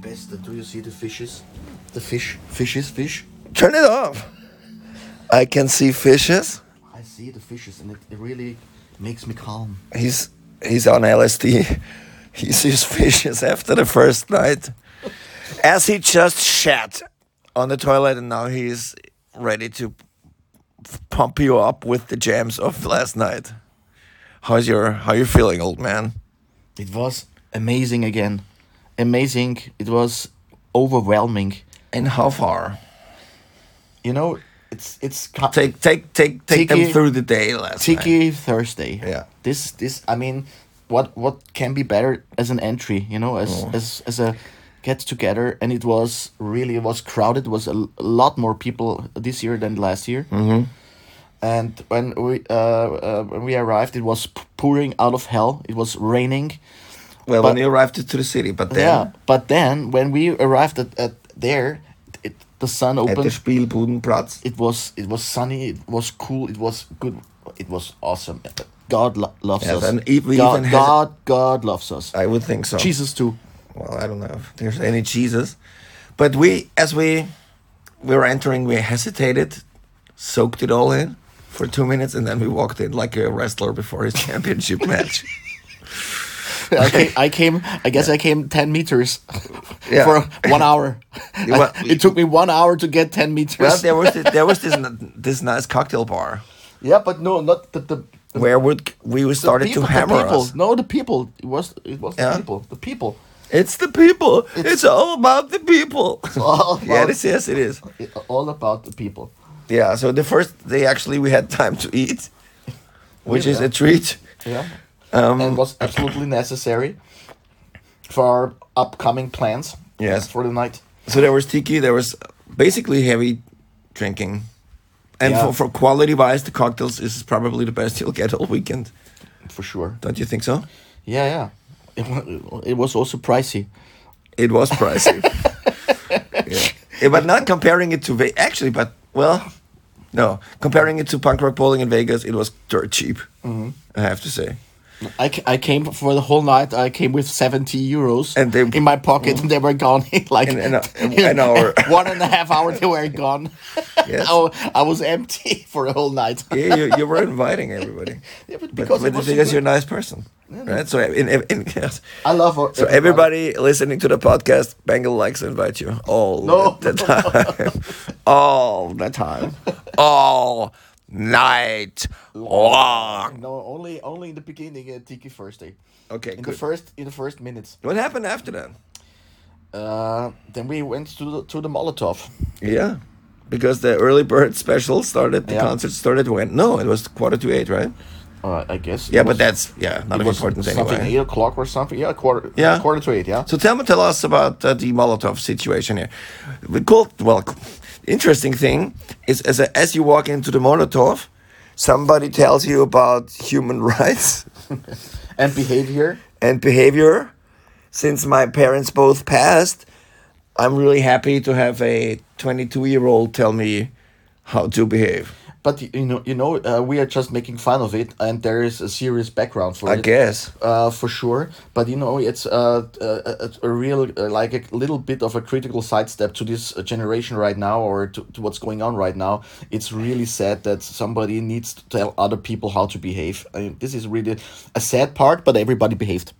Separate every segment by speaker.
Speaker 1: best. Do you see the fishes? The fish, fishes, fish.
Speaker 2: Turn it off. I can see fishes.
Speaker 1: I see the fishes, and it, it really makes me calm.
Speaker 2: He's he's on LSD. He sees fishes after the first night, as he just shat on the toilet, and now he's ready to f- pump you up with the jams of last night. How's your how you feeling, old man?
Speaker 1: It was amazing again. Amazing. It was overwhelming.
Speaker 2: And how far?
Speaker 1: You know, it's it's ca-
Speaker 2: Take take take take them
Speaker 1: Tiki-
Speaker 2: through the day last night.
Speaker 1: Tiki Thursday.
Speaker 2: Yeah.
Speaker 1: This this I mean, what what can be better as an entry? You know, as as as a get together, and it was really it was crowded. It was a, l- a lot more people this year than last year. Mm-hmm. And when we uh, uh when we arrived, it was p- pouring out of hell. It was raining.
Speaker 2: Well, when
Speaker 1: but-
Speaker 2: you arrived to the city, but then
Speaker 1: Yeah, but then when we arrived at, at there, it, the sun
Speaker 2: at the
Speaker 1: opened.
Speaker 2: Spielbudenplatz.
Speaker 1: it was it was sunny. It was cool. It was good. It was awesome. God lo- loves
Speaker 2: Yes,
Speaker 1: us.
Speaker 2: and if we
Speaker 1: God,
Speaker 2: even has-
Speaker 1: God, God loves us.
Speaker 2: I would think so.
Speaker 1: Jesus too.
Speaker 2: well, I don't know if there's any Jesus, but we, as we were entering, we hesitated, soaked it all in for two minutes, and then we walked in like a wrestler before his championship match.
Speaker 1: I came. I, came, I guess I came ten meters
Speaker 2: Yeah.
Speaker 1: for one hour.
Speaker 2: You wa-
Speaker 1: it took me one hour to get ten meters.
Speaker 2: Well, there was this, there was this n- this nice cocktail bar
Speaker 1: yeah, but no, not the the. the
Speaker 2: where would we started
Speaker 1: people,
Speaker 2: to
Speaker 1: the
Speaker 2: hammer
Speaker 1: people.
Speaker 2: us.
Speaker 1: No, the people. It was it was
Speaker 2: Yeah.
Speaker 1: the people. The people.
Speaker 2: It's the people. It's, all about the people.
Speaker 1: all
Speaker 2: yeah,
Speaker 1: about-
Speaker 2: it is, yes, it is.
Speaker 1: It- all about the people.
Speaker 2: Yeah. So the first day actually we had time to eat, which is
Speaker 1: Yeah.
Speaker 2: a treat.
Speaker 1: Yeah.
Speaker 2: Um,
Speaker 1: and was absolutely necessary for our upcoming plans.
Speaker 2: Yes.
Speaker 1: For the night.
Speaker 2: So there was tiki. There was basically heavy drinking, and
Speaker 1: Yeah.
Speaker 2: for, for quality wise, the cocktails is probably the best you'll get all weekend.
Speaker 1: For sure.
Speaker 2: Don't you think so?
Speaker 1: Yeah, yeah. It, wa- it was also pricey.
Speaker 2: It was pricey, yeah. Yeah, but not comparing it to Ve- actually, but well, no, comparing it to punk rock bowling in Vegas, it was dirt cheap.
Speaker 1: Mm-hmm.
Speaker 2: I have to say.
Speaker 1: I, ca- I came for the whole night. I came with seventy euros
Speaker 2: And they-
Speaker 1: in my pocket, and they were gone in like
Speaker 2: In an hou- an hour.
Speaker 1: one and a half hour. They were gone.
Speaker 2: Yes.
Speaker 1: I, wa- I was empty for the whole night.
Speaker 2: Yeah, you, you were inviting everybody.
Speaker 1: Yeah, but
Speaker 2: But-
Speaker 1: because it
Speaker 2: but
Speaker 1: was so
Speaker 2: because
Speaker 1: good.
Speaker 2: you're a nice person, right? So in, in, in yes.
Speaker 1: I love our-
Speaker 2: So everybody listening to the podcast, Bengal likes to invite you all
Speaker 1: No.
Speaker 2: the time, all the time, all night long.
Speaker 1: No, only only in the beginning, uh, Tiki Thursday.
Speaker 2: Okay,
Speaker 1: In
Speaker 2: good.
Speaker 1: the first in the first minutes.
Speaker 2: what happened after that?
Speaker 1: Uh, then we went to the, to the Molotov.
Speaker 2: Yeah, because the early bird special started. The
Speaker 1: Yeah.
Speaker 2: concert started when? No, it was quarter to eight, right?
Speaker 1: Uh, I guess. it
Speaker 2: Yeah,
Speaker 1: was-
Speaker 2: but that's yeah, not
Speaker 1: it
Speaker 2: an
Speaker 1: was
Speaker 2: important thing.
Speaker 1: something eight o'clock or something. Yeah, quarter.
Speaker 2: Yeah.
Speaker 1: quarter to eight. Yeah.
Speaker 2: So tell me, tell us about uh, the Molotov situation here. We called well, interesting thing is as a, as you walk into the Molotov, somebody tells you about human rights
Speaker 1: and behavior.
Speaker 2: and behavior. Since my parents both passed, I'm really happy to have a 22 year old tell me how to behave.
Speaker 1: But you know, you know, uh, we are just making fun of it, and there is a serious background for
Speaker 2: I
Speaker 1: it.
Speaker 2: guess.
Speaker 1: Uh, for sure, but you know, it's uh, a, a, a real, uh, like a little bit of a critical sidestep to this uh, generation right now, or to, to what's going on right now. It's really sad that somebody needs to tell other people how to behave. I mean, this is really a sad part, but everybody behaved.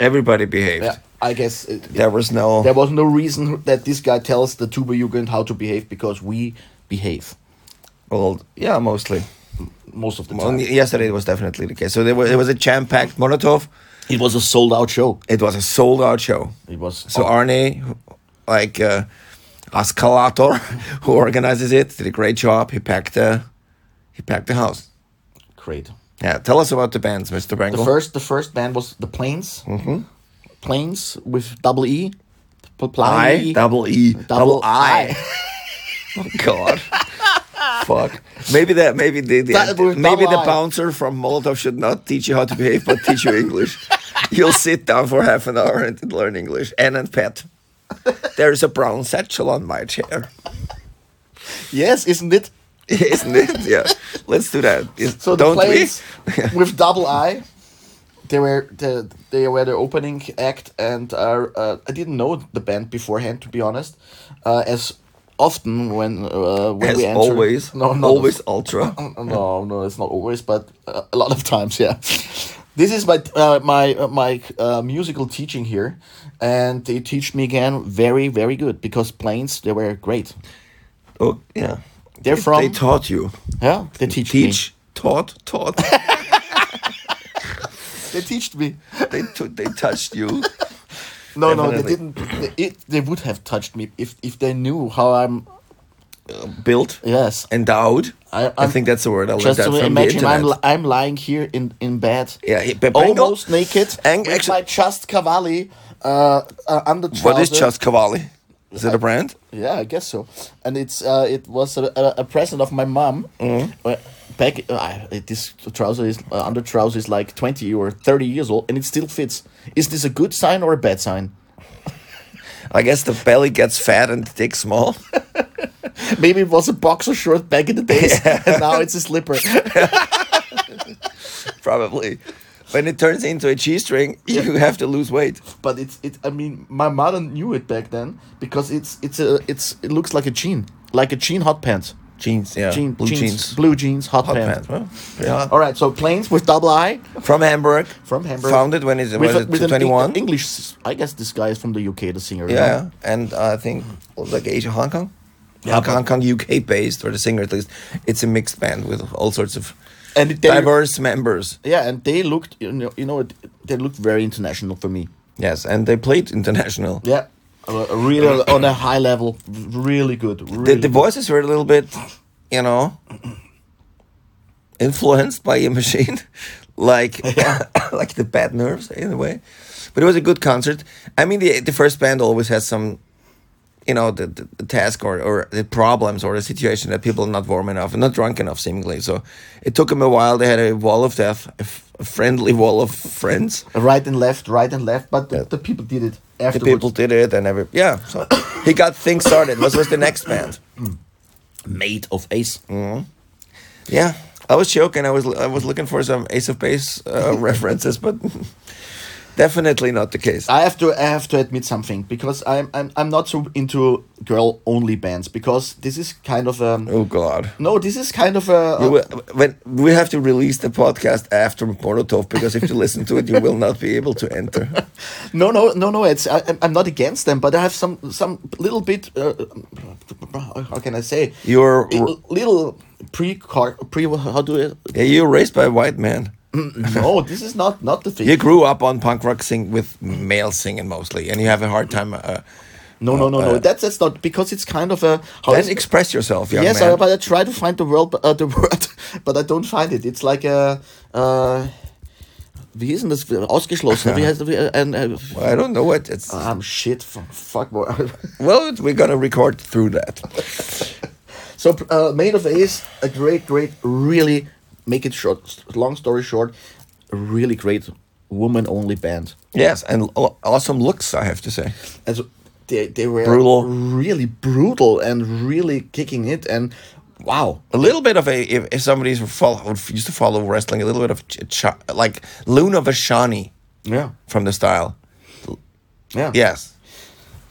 Speaker 2: Everybody behaved.
Speaker 1: Yeah, I guess it,
Speaker 2: There was no.
Speaker 1: There was no reason that this guy tells the tuba Jugend how to behave because we behave
Speaker 2: well, yeah, mostly.
Speaker 1: most of the
Speaker 2: Well,
Speaker 1: time.
Speaker 2: yesterday was definitely the case. So there was, there was a jam packed Molotov.
Speaker 1: It was a sold out show.
Speaker 2: It was a sold out show.
Speaker 1: It was
Speaker 2: So Arne, who- like uh, Ascalator, who organizes it, did a great job. He packed the, he packed the house.
Speaker 1: great.
Speaker 2: Yeah, tell us about the bands, Mr.
Speaker 1: The
Speaker 2: Bangle.
Speaker 1: first the first band was the Planes. Mm-hmm. Planes with double E. P- pl-
Speaker 2: I double E double I. Oh God. Fuck. Maybe that. Maybe the, the
Speaker 1: Double-
Speaker 2: maybe
Speaker 1: double
Speaker 2: the
Speaker 1: I.
Speaker 2: bouncer from Molotov should not teach you how to behave, but teach you English. You'll sit down for half an hour and learn English. And and pet. There is a brown satchel on my chair,
Speaker 1: Yes, isn't it?
Speaker 2: isn't it? Yeah. Let's do that. Is-
Speaker 1: So the
Speaker 2: don't we?
Speaker 1: Planes with double I. they were the they were the opening act, and uh, uh, I didn't know the band beforehand to be honest. Uh, as often when uh, when
Speaker 2: As
Speaker 1: we enter,
Speaker 2: always,
Speaker 1: no, no,
Speaker 2: always ultra.
Speaker 1: no, no, it's not always, but uh, a lot of times, yeah. This is my uh, my uh, my uh, musical teaching here, and they teach me again very very good because planes they were great.
Speaker 2: Oh yeah,
Speaker 1: They're
Speaker 2: They-
Speaker 1: from-
Speaker 2: They taught you.
Speaker 1: Yeah, they teach,
Speaker 2: Teach, taught, taught.
Speaker 1: me. They teached me.
Speaker 2: they t- they touched you.
Speaker 1: No, no, they
Speaker 2: Definitely.
Speaker 1: didn't. They, it, they would have touched me if if they knew how I'm.
Speaker 2: built,
Speaker 1: Yes,
Speaker 2: endowed.
Speaker 1: I-
Speaker 2: I,
Speaker 1: I'm-
Speaker 2: think that's the word. I learned
Speaker 1: just
Speaker 2: that
Speaker 1: to
Speaker 2: from
Speaker 1: imagine
Speaker 2: the
Speaker 1: I'm
Speaker 2: internet.
Speaker 1: li- I'm lying here in in bed.
Speaker 2: Yeah, yeah, but Bengal-
Speaker 1: almost naked,
Speaker 2: Ang-
Speaker 1: with
Speaker 2: actually-
Speaker 1: my just cavalli, uh, uh, under trousers.
Speaker 2: what is Just Cavalli? Is it a brand?
Speaker 1: Yeah, I guess so. And it's uh, it was a, a, a present of my mom.
Speaker 2: Mm-hmm.
Speaker 1: Uh, Back, uh, I- it- this trouser is uh, under trouser is like twenty or thirty years old, and it still fits. Is this a good sign or a bad sign?
Speaker 2: I guess the belly gets fat and the dick small.
Speaker 1: Maybe it was a boxer short back in the days, and now it's a slipper.
Speaker 2: Probably. When it turns into a G string, you have to lose weight.
Speaker 1: but it's it. I mean, my mother knew it back then because it's it's a it's it looks like a jean, like a jean hot pants,
Speaker 2: Jeans, yeah.
Speaker 1: jean
Speaker 2: Blue jeans.
Speaker 1: blue jeans, hot,
Speaker 2: Hot
Speaker 1: pants.
Speaker 2: pants. well, yeah.
Speaker 1: All right, so planes with double I.
Speaker 2: From Hamburg.
Speaker 1: From Hamburg.
Speaker 2: Founded when it
Speaker 1: With
Speaker 2: was
Speaker 1: a- with an Eng-
Speaker 2: 21.
Speaker 1: English. s- I guess this guy is from the UK, the singer. no?
Speaker 2: Yeah, and I think like Asia, Hong Kong,
Speaker 1: Yeah,
Speaker 2: Hong,
Speaker 1: but-
Speaker 2: Hong Kong, UK based, or the singer at least. It's a mixed band with all sorts of
Speaker 1: And they-
Speaker 2: diverse members.
Speaker 1: Yeah, and they looked, you know, you know, it- they looked very international for me.
Speaker 2: Yes, and they played international.
Speaker 1: Yeah, uh, really on a high level, really good. Really
Speaker 2: the, the voices were a little bit, you know, influenced by a machine, like like the bad nerves in a way. But it was a good concert. I mean, the the first band always has some, you know, the, the, the task or, or the problems or the situation that people are not warm enough and not drunk enough, seemingly. So it took them a while. They had a wall of death, a, f- a friendly wall of friends.
Speaker 1: good. Right and left, right and left, but the,
Speaker 2: Yeah.
Speaker 1: the people did it
Speaker 2: The
Speaker 1: afterwards.
Speaker 2: people did it, and every yeah. So he got things started. What was the next band? Mm-hmm.
Speaker 1: made of ace.
Speaker 2: Yeah, I was joking. I was I was looking for some Ace of Base uh, references, but definitely not the case.
Speaker 1: I have to I have to admit something because I'm I'm I'm not so into girl only bands because this is kind of um
Speaker 2: oh God.
Speaker 1: no this is kind of a
Speaker 2: You will, when we have to release the podcast after Molotov because if you listen to it, you will not be able to enter.
Speaker 1: No, no, no, no. It's I, I'm- I'm not against them, but I have some some little bit. Uh, how can I say?
Speaker 2: You're
Speaker 1: Li- little pre car pre. How do it?
Speaker 2: yeah, you were raised by a white man.
Speaker 1: Mm-hmm. No, this is not not the thing.
Speaker 2: You grew up on punk rock sing with male singing mostly, and you have a hard time. Uh,
Speaker 1: No, no, no, no. That's that's not because it's kind of a. How
Speaker 2: Oh, then
Speaker 1: is-
Speaker 2: express yourself, young
Speaker 1: yes,
Speaker 2: man.
Speaker 1: I, but I try to find the world, uh, the word, but I don't find it. It's like a. Uh, wie ist denn das? Ausgeschlossen. Wie heißt wie, äh, ein, äh,
Speaker 2: I don't know what it's.
Speaker 1: um, shit. Fuck. fuck
Speaker 2: Well, we're gonna record through that.
Speaker 1: So, uh, Made of Ace, a great, great, really make it short. Long story short, a really great woman-only band.
Speaker 2: Yes, and aw- awesome looks, I have to say.
Speaker 1: And so they they were
Speaker 2: Brutal.
Speaker 1: really brutal, and really kicking it. And wow,
Speaker 2: A little bit of a if, if somebody's follow, used to follow wrestling, a little bit of ch- ch- like Luna Vashani
Speaker 1: yeah,
Speaker 2: from the style.
Speaker 1: yeah,
Speaker 2: Yes,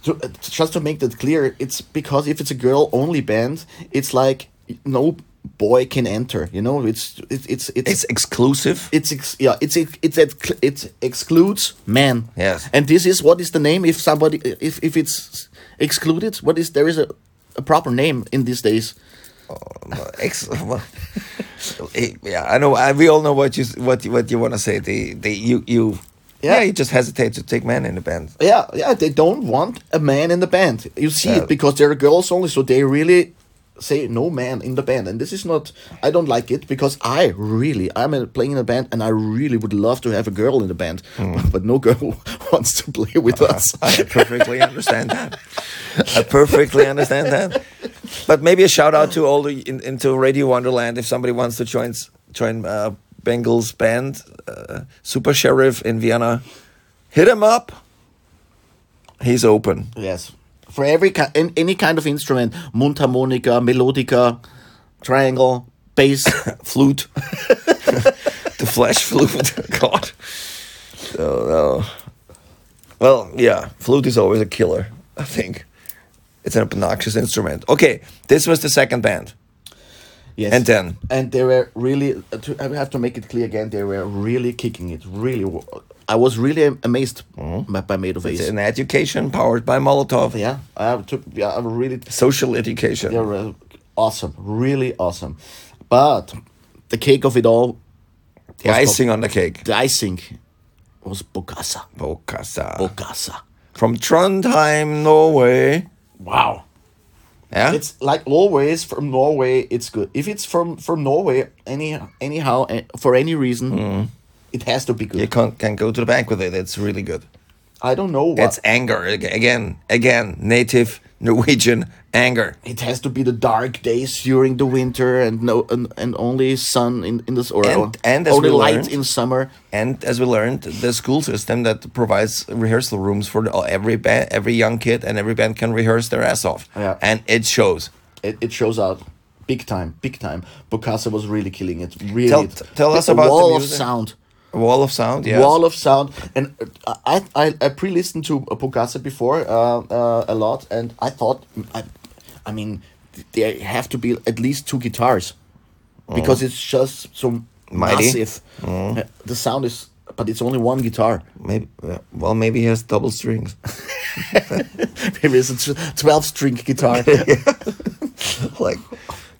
Speaker 1: To, uh, just to make that clear, it's because if it's a girl-only band, it's like no boy can enter. You know, it's it's it's it's.
Speaker 2: it's exclusive.
Speaker 1: it's ex- yeah it's ex- it's ex- it excludes men
Speaker 2: Yes.
Speaker 1: and this is what is the name if somebody if if it's excluded what is there is a, a proper name in these days
Speaker 2: Ex- well, eh, yeah, I know. I, we all know what you s- what you- what you want to say. The the you you yeah.
Speaker 1: Yeah.
Speaker 2: you just hesitate to take men in the band.
Speaker 1: yeah yeah they don't want a man in the band you see
Speaker 2: Yeah.
Speaker 1: it because they're girls only so they really say no man in the band and this is not i don't like it because i really i'm in- playing in a band and i really would love to have a girl in the band but no girl wants to play with us
Speaker 2: I perfectly understand that. I perfectly understand that. But maybe a shout out to all the in, into Radio Wonderland if somebody wants to join s- join uh, Bengal's band, uh, Super Sheriff in Vienna, hit him up. He's open.
Speaker 1: Yes. For every ki- an- any kind of instrument, mundharmonica, melodica, triangle, bass,
Speaker 2: Flute, the flash flute. God, So no. Well, yeah, flute is always a killer. I think it's an obnoxious instrument. Okay, this was the second band.
Speaker 1: Yes.
Speaker 2: And then?
Speaker 1: And they were really, uh, to- I have to make it clear again, they were really kicking it. Really. wa- I was really am- amazed
Speaker 2: Mm-hmm.
Speaker 1: by, by Made of
Speaker 2: It's
Speaker 1: Ace.
Speaker 2: an education powered by Molotov.
Speaker 1: Yeah. I took, yeah, I really,
Speaker 2: Social education.
Speaker 1: they were awesome. Really awesome. But the cake of it all,
Speaker 2: the icing on the cake.
Speaker 1: the icing was Bokassa.
Speaker 2: Bokassa.
Speaker 1: Bokassa.
Speaker 2: From Trondheim, Norway.
Speaker 1: Wow.
Speaker 2: Yeah.
Speaker 1: It's like always from Norway. It's good if it's from from Norway. Any anyhow eh, for any reason,
Speaker 2: Mm-hmm.
Speaker 1: it has to be good.
Speaker 2: you can, can go to the bank with it. It's really good.
Speaker 1: I don't know what
Speaker 2: It's anger. Ag- Again, again, native Norwegian anger.
Speaker 1: it has to be. The dark days during the winter and no and, and only sun in in this or
Speaker 2: And- and as
Speaker 1: only
Speaker 2: we
Speaker 1: light
Speaker 2: learned-
Speaker 1: in summer.
Speaker 2: And as we learned, the school system that provides rehearsal rooms for the, every band, every young kid and every band can rehearse their ass off.
Speaker 1: Yeah.
Speaker 2: And it shows.
Speaker 1: It, it shows out big time, big time. Bokassa was really killing it. Really,
Speaker 2: Tell-
Speaker 1: it-
Speaker 2: tell us
Speaker 1: the
Speaker 2: about the
Speaker 1: wall of
Speaker 2: music.
Speaker 1: sound.
Speaker 2: Wall of sound, yes.
Speaker 1: wall of sound and uh, i i, I pre-listened to uh, Pogasa before uh, uh, a lot and i thought mm, i i mean th- there have to be at least two guitars because it's just so
Speaker 2: Mm. Mighty. Mm.
Speaker 1: massive Uh, the sound is but it's only one guitar
Speaker 2: maybe, well, maybe he has double strings.
Speaker 1: there is a 12 string guitar
Speaker 2: like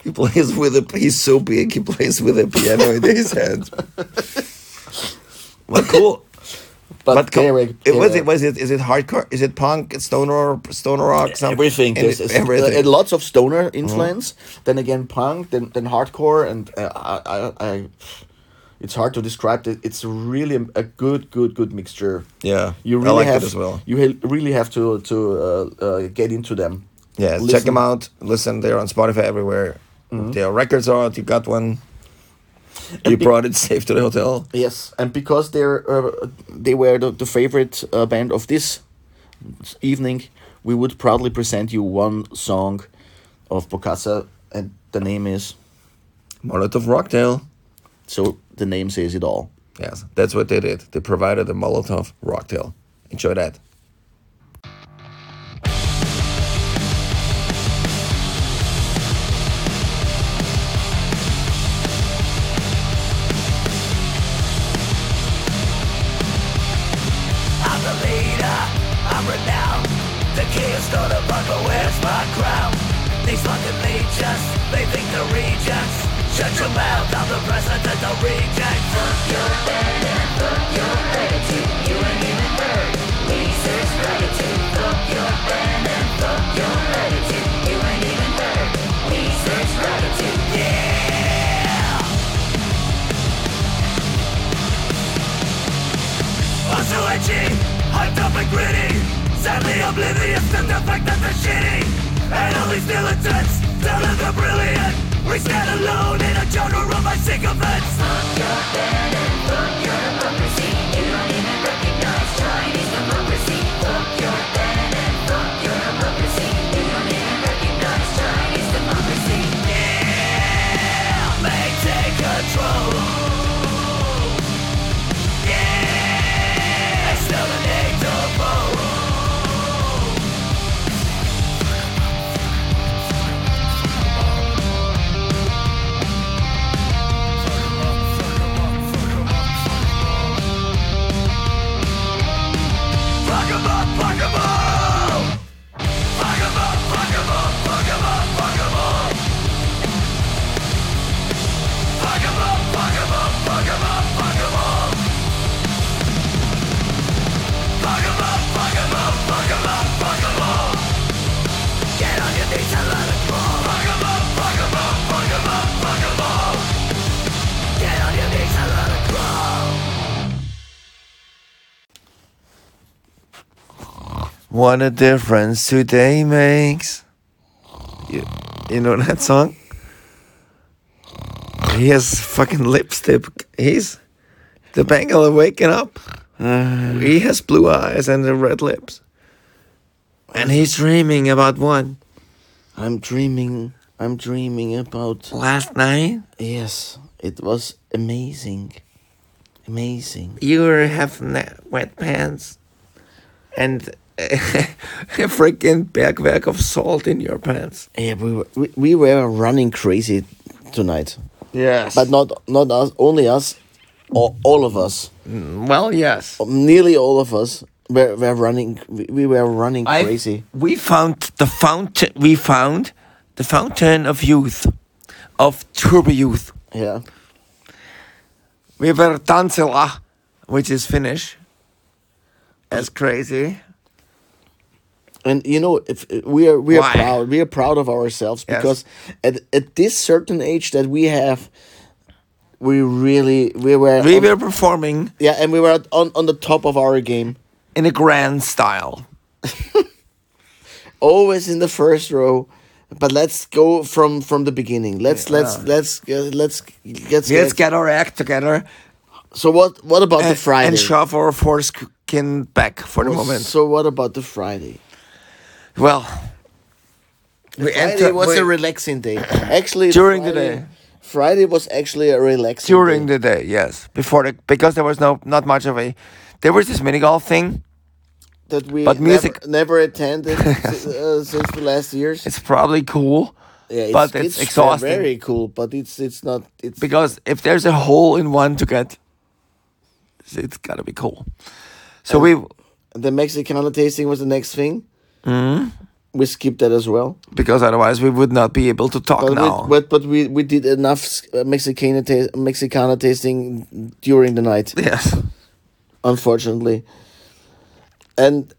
Speaker 2: he plays with a he's so big he plays with a piano in his hand. Well, cool.
Speaker 1: but,
Speaker 2: co-
Speaker 1: they were-
Speaker 2: it
Speaker 1: they
Speaker 2: was
Speaker 1: were-
Speaker 2: it was it is it hardcore? Is it punk? It's stoner, stoner rock, something.
Speaker 1: everything. There's a-
Speaker 2: everything. Mm-hmm.
Speaker 1: uh, lots of stoner influence. Then again, punk. Then then hardcore, and uh, I, I, I, it's hard to describe. It. It's really a- a good, good, good mixture.
Speaker 2: Yeah,
Speaker 1: you
Speaker 2: I
Speaker 1: really
Speaker 2: liked it
Speaker 1: have
Speaker 2: as well.
Speaker 1: You ha- really have to to uh, uh, get into them.
Speaker 2: yeah, check them out. Listen, they're on Spotify everywhere.
Speaker 1: Mm-hmm.
Speaker 2: Their records are out. You got one. You
Speaker 1: be-
Speaker 2: brought it safe to the hotel.
Speaker 1: Yes, and because they're uh, they were the, the favorite uh, band of this evening, we would proudly present you one song of Bokassa, and the name is
Speaker 2: Molotov Rocktail.
Speaker 1: so the name says it all.
Speaker 2: Yes, that's what they did. They provided a Molotov Rocktail. Enjoy that.
Speaker 3: I'm the leader, I'm renowned. The king of Stoner Bunker, where's my crown? These fucking legions, they think they're regents. Shut your mouth, I'm the president of rejects. Fuck your band and fuck your attitude. You ain't even heard Weezer's gratitude. Fuck your band and fuck your attitude. You ain't even heard Weezer's gratitude. Yeah! I'm so itchy, hyped up and gritty Sadly oblivious to the fact that they're shitty And all these militants, tell them they're brilliant We stand alone in a genre run by sycophants Fuck your band and fuck your democracy You don't even recognize Chinese democracy Fuck your band and fuck your democracy You don't even recognize Chinese democracy Yeah, may take control yeah, still an ignore. Fuck 'em up, fuck 'em all. Fuck 'em up, fuck 'em up, fuck 'em up, fuck 'em all. Fuck 'em up, fuck 'em up, fuck 'em up, fuck 'em all. Fuck 'em up, fuck 'em up, fuck 'em up, fuck 'em all. Get on your knees and let it fall. Fuck 'em up, fuck 'em up, fuck 'em up, fuck 'em all. Get on your knees and let it crawl.
Speaker 2: What a difference today makes. You, you know that song? He has fucking lipstick. He's the Bengal waking up. he has blue eyes and the red lips. And he's dreaming about what?
Speaker 1: I'm dreaming. I'm dreaming about.
Speaker 2: Last night?
Speaker 1: Yes, it was amazing. amazing.
Speaker 2: you have na- wet pants and a freaking bergwerk of salt in your pants.
Speaker 1: Yeah, we were we, we were running crazy tonight,
Speaker 2: Yes.
Speaker 1: but not not us only us, all, all of us,
Speaker 2: well, yes.
Speaker 1: nearly all of us were, were running. We, we were running
Speaker 2: I-
Speaker 1: crazy.
Speaker 2: We found the fountain. We found the fountain of youth, of turbo youth.
Speaker 1: Yeah,
Speaker 2: We were Tanzila, which is Finnish. That's crazy.
Speaker 1: and you know if we are we are
Speaker 2: Why?
Speaker 1: proud we are proud of ourselves
Speaker 2: Yes.
Speaker 1: because at at this certain age that we have, we really we were
Speaker 2: We
Speaker 1: on-
Speaker 2: were performing
Speaker 1: yeah, and we were on on the top of our game,
Speaker 2: in a grand style.
Speaker 1: always in the first row. But let's go from from the beginning. Let's let's let's uh, let's let's
Speaker 2: Let's get our act together
Speaker 1: So what what about the
Speaker 2: and,
Speaker 1: Friday?
Speaker 2: and shove our foreskin back for the moment.
Speaker 1: So what about the Friday?
Speaker 2: Well, we
Speaker 1: Friday
Speaker 2: enter
Speaker 1: was
Speaker 2: we-
Speaker 1: a relaxing day. Actually,
Speaker 2: During the
Speaker 1: Friday-
Speaker 2: day.
Speaker 1: Friday was actually a relaxing
Speaker 2: during
Speaker 1: day.
Speaker 2: the day. Yes, before the because there was no not much of a there was this mini golf thing.
Speaker 1: that we
Speaker 2: but
Speaker 1: never-
Speaker 2: music-
Speaker 1: never, attended si- uh, since the last years.
Speaker 2: It's probably cool,
Speaker 1: yeah, it's,
Speaker 2: but it's,
Speaker 1: it's
Speaker 2: exhausting
Speaker 1: Very cool, but it's it's not it's
Speaker 2: because if there's a hole in one to get, it's gotta be cool. So we
Speaker 1: the Mexicana tasting was the next thing.
Speaker 2: Hmm?
Speaker 1: We skipped that as well,
Speaker 2: because otherwise we would not be able to talk
Speaker 1: but
Speaker 2: now.
Speaker 1: we, but but we we did enough s- uh, Mexicana ta- Mexicana tasting during the night.
Speaker 2: yes,
Speaker 1: unfortunately. And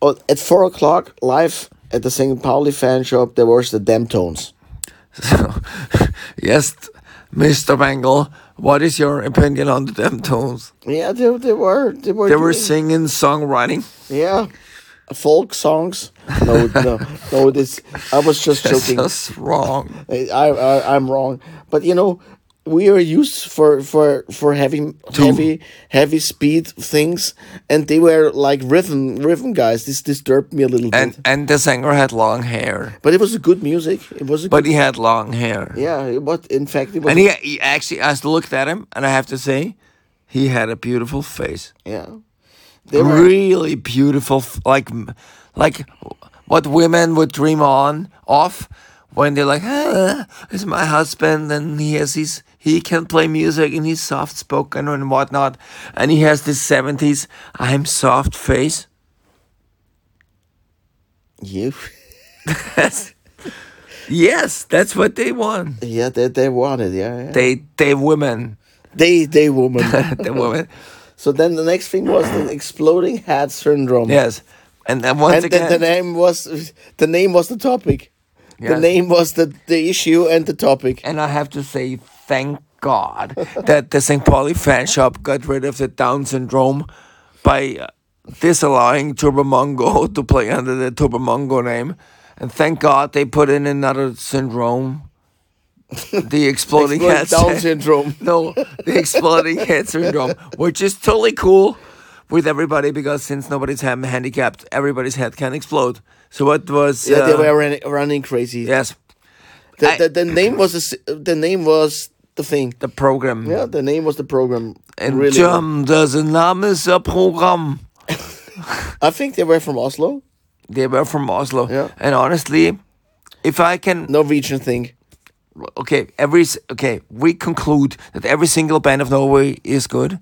Speaker 1: uh, at four o'clock, live at the St. Pauli fan shop, there was the Damn Tones.
Speaker 2: so, yes, Mister Bangle, what is your opinion on the damn tones?
Speaker 1: Yeah, they, they were they were
Speaker 2: They were
Speaker 1: doing-
Speaker 2: singing, songwriting.
Speaker 1: yeah, folk songs. No, no, no. This I was just
Speaker 2: That's
Speaker 1: joking.
Speaker 2: just wrong.
Speaker 1: I, I I'm wrong, but you know we are used for for for heavy heavy heavy speed things, and they were like rhythm rhythm guys. This disturbed me a little
Speaker 2: And
Speaker 1: bit,
Speaker 2: and the singer had long hair,
Speaker 1: but it was a good music. It was a
Speaker 2: but
Speaker 1: good,
Speaker 2: he had long hair.
Speaker 1: yeah. It was in fact it was
Speaker 2: And he, he actually, I just looked at him, and I have to say, he had a beautiful face,
Speaker 1: Yeah. They were,
Speaker 2: really beautiful, f- like, m- like what women would dream on of when they're like, ah, "It's my husband, and he has his, he can play music, and he's soft spoken and whatnot, and he has this seventies, I'm soft face."
Speaker 1: you.
Speaker 2: yes, that's what they want.
Speaker 1: Yeah, they, they wanted. Yeah, yeah.
Speaker 2: They, they women,
Speaker 1: They, they woman.
Speaker 2: the women.
Speaker 1: so then the next thing was the exploding hat syndrome.
Speaker 2: Yes, and then once
Speaker 1: And
Speaker 2: again,
Speaker 1: the, the name was the name was the topic. The
Speaker 2: Yes.
Speaker 1: name was the, the issue and the topic.
Speaker 2: And I have to say, thank God that the St. Pauli fan shop got rid of the Down syndrome by uh, disallowing Turbo Mongo to play under the Turbo Mongo name. And thank God they put in another syndrome. The exploding
Speaker 1: Exploding
Speaker 2: head
Speaker 1: Down
Speaker 2: syn-
Speaker 1: syndrome.
Speaker 2: No, the exploding head syndrome, which is totally cool with everybody because since nobody's hand- handicapped, everybody's head can explode. So what was
Speaker 1: Yeah, they
Speaker 2: uh,
Speaker 1: were running, running crazy.
Speaker 2: yes
Speaker 1: The,
Speaker 2: I-
Speaker 1: the, the name was the, s- the name was the thing.
Speaker 2: the program
Speaker 1: Yeah, the name was the program.
Speaker 2: And German, the name is a program.
Speaker 1: I think they were from Oslo,
Speaker 2: They were from Oslo.
Speaker 1: Yeah.
Speaker 2: And honestly, if I can,
Speaker 1: Norwegian thing.
Speaker 2: okay, every s- okay, we conclude that every single band of Norway is good,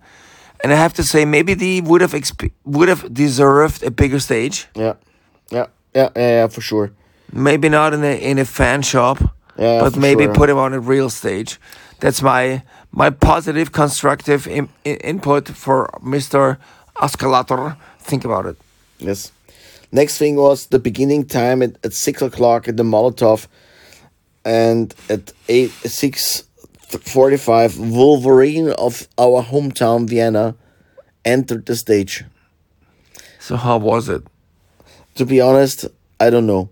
Speaker 2: and I have to say maybe they would have exp- would have deserved a bigger stage.
Speaker 1: Yeah, yeah, yeah, yeah, yeah for sure.
Speaker 2: Maybe not in a in a fan shop,
Speaker 1: Yeah,
Speaker 2: but
Speaker 1: for
Speaker 2: maybe
Speaker 1: sure.
Speaker 2: put them on a real stage. That's my my positive constructive Im- i- input for Mister Escalator. Think about it.
Speaker 1: Yes. Next thing was the beginning time at, at six o'clock at the Molotov, and at eight six forty five, Wolverine of our hometown Vienna entered the stage.
Speaker 2: So how was it?
Speaker 1: To be honest, I don't know.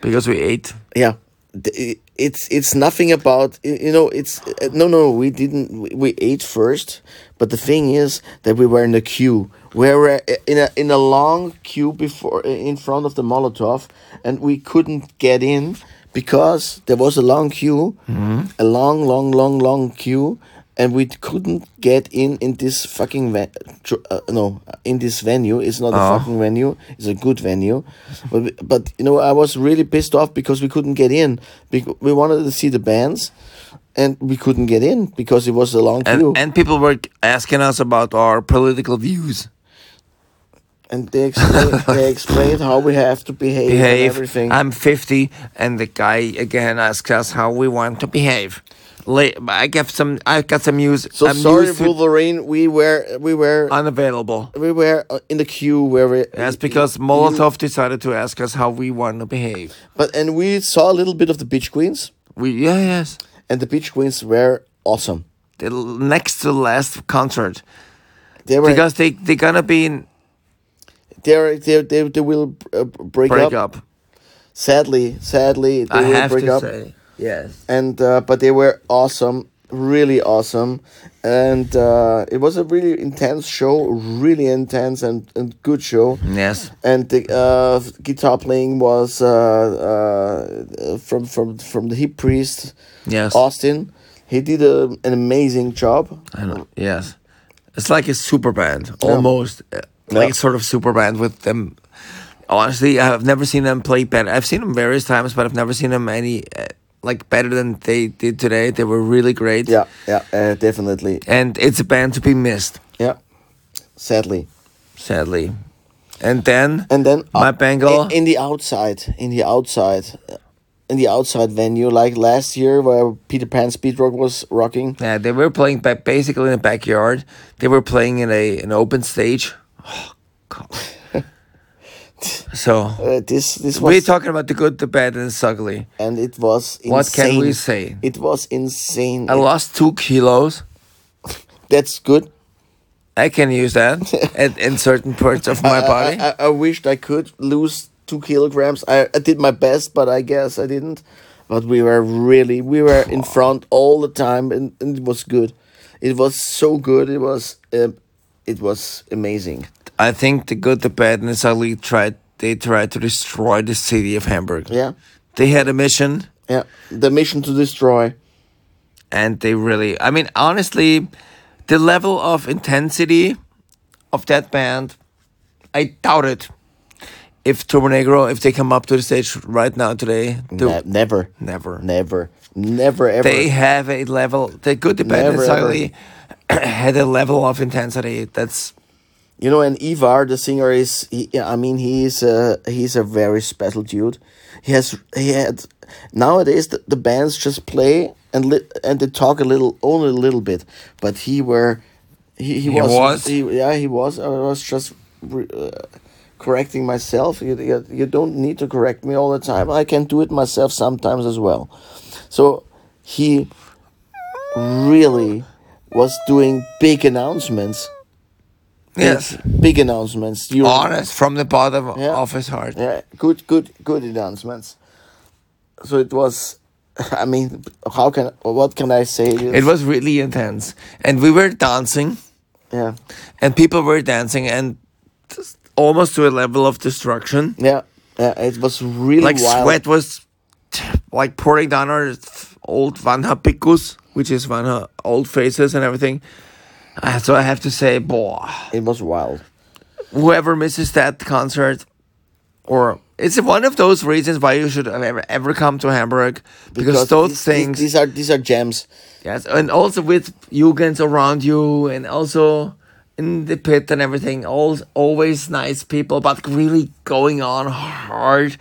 Speaker 2: Because we ate.
Speaker 1: Yeah, The- it's it's nothing about you you know. It's uh, no no. We didn't. we- We ate first, but the thing is that we were in a queue. We were uh, in a in a long queue before uh, in front of the Molotov, and we couldn't get in because there was a long queue, a long long long long queue, and we couldn't get in in this fucking ve- tr- uh, no in this venue. It's not
Speaker 2: Ah.
Speaker 1: a fucking venue. It's a good venue, but we- but you know I was really pissed off because we couldn't get in. Bec- we wanted to see the bands, and we couldn't get in because it was a long
Speaker 2: And
Speaker 1: queue.
Speaker 2: and people were asking us about our political views.
Speaker 1: and they explained, they explained how we have to behave, and
Speaker 2: Behave.
Speaker 1: everything.
Speaker 2: I'm 50, and the guy again asked us how we want to behave. Late, I got some. I got some news.
Speaker 1: so
Speaker 2: I'm
Speaker 1: sorry,
Speaker 2: used to
Speaker 1: Wolverine. We were we were
Speaker 2: unavailable.
Speaker 1: we were uh, in the queue where we.
Speaker 2: That's because Molotov decided to ask us how we want to behave.
Speaker 1: But and we saw a little bit of the Beach Queens,
Speaker 2: We yeah yes.
Speaker 1: and the Beach Queens were awesome.
Speaker 2: The l- next to last concert
Speaker 1: They were
Speaker 2: because they they gonna be in
Speaker 1: they're, they they they will uh, break,
Speaker 2: break
Speaker 1: up.
Speaker 2: up.
Speaker 1: Sadly, sadly, they
Speaker 2: I
Speaker 1: will
Speaker 2: have
Speaker 1: break
Speaker 2: to
Speaker 1: up.
Speaker 2: say yes.
Speaker 1: And uh, but they were awesome, really awesome, and uh, it was a really intense show, really intense and, and good show.
Speaker 2: Yes.
Speaker 1: And the uh, guitar playing was uh, uh, from from from the hip priest,
Speaker 2: Yes.
Speaker 1: Austin. He did a, an amazing job.
Speaker 2: I know. Yes. It's like a super band, almost. uh, Like
Speaker 1: Yeah.
Speaker 2: sort of super band with them. Honestly, I've never seen them play better. I've seen them various times, but I've never seen them any uh, like better than they did today. They were really great.
Speaker 1: Yeah, yeah, uh, definitely.
Speaker 2: And it's a band to be missed,
Speaker 1: Yeah, sadly.
Speaker 2: sadly. And then
Speaker 1: And then
Speaker 2: my
Speaker 1: out-
Speaker 2: Bengal.
Speaker 1: in, in the outside, in the outside, uh, in the outside venue, like last year where Peter Pan Speed Rock was rocking.
Speaker 2: yeah, they were playing back basically in the backyard. They were playing in a an open stage. Oh, God. so
Speaker 1: Uh, this this was
Speaker 2: we're talking about the good, the bad, and the ugly.
Speaker 1: and it was insane.
Speaker 2: What can we say?
Speaker 1: It was insane.
Speaker 2: I lost two kilos.
Speaker 1: That's good.
Speaker 2: I can use that at, in certain parts of my
Speaker 1: I-
Speaker 2: body.
Speaker 1: I, I, I wished I could lose two kilograms. I, I did my best, but I guess I didn't. But we were really we were in front all the time, and, and it was good. It was so good. It was uh, it was amazing.
Speaker 2: I think the good, the bad, and the ugly tried. They tried to destroy the city of Hamburg.
Speaker 1: Yeah,
Speaker 2: They had a mission,
Speaker 1: yeah. The mission to destroy.
Speaker 2: and they really. I mean, honestly, the level of intensity of that band, I doubt it. If Turbonegro, if they come up to the stage right now today, do-
Speaker 1: Ne- never,
Speaker 2: never.
Speaker 1: never, never, ever.
Speaker 2: they have a level. The good, the bad, and
Speaker 1: Never,
Speaker 2: the
Speaker 1: ever.
Speaker 2: ugly had a level of intensity that's
Speaker 1: you know, and Ivar, the singer, is. He, yeah, I mean, he is a he's a very special dude. He has he had nowadays the, the bands just play and li- and they talk a little only a little bit, but he were he he was,
Speaker 2: was?
Speaker 1: he- yeah he was I was just. Re- uh, correcting myself you, you, you don't need to correct me all the time i can do it myself sometimes as well so he really was doing big announcements
Speaker 2: yes.
Speaker 1: big announcements. You
Speaker 2: honest from the bottom
Speaker 1: Yeah.
Speaker 2: of his heart.
Speaker 1: Yeah, good, good, good announcements. So it was. I mean, how can what can I say?
Speaker 2: It was really intense, and we were dancing,
Speaker 1: yeah,
Speaker 2: and people were dancing, and just almost to a level of destruction.
Speaker 1: yeah, yeah. It was really
Speaker 2: Like
Speaker 1: wild.
Speaker 2: sweat was like pouring down our f- old vanha picus, which is vanha old faces and everything. Uh, so I have to say, boy,
Speaker 1: It was wild.
Speaker 2: whoever misses that concert, or it's one of those reasons why you should ever ever come to Hamburg because, those
Speaker 1: these- these-
Speaker 2: things.
Speaker 1: These, are these are gems.
Speaker 2: Yes, and also with Jugends around you, and also in the pit and everything. All always nice people, but really going on hard.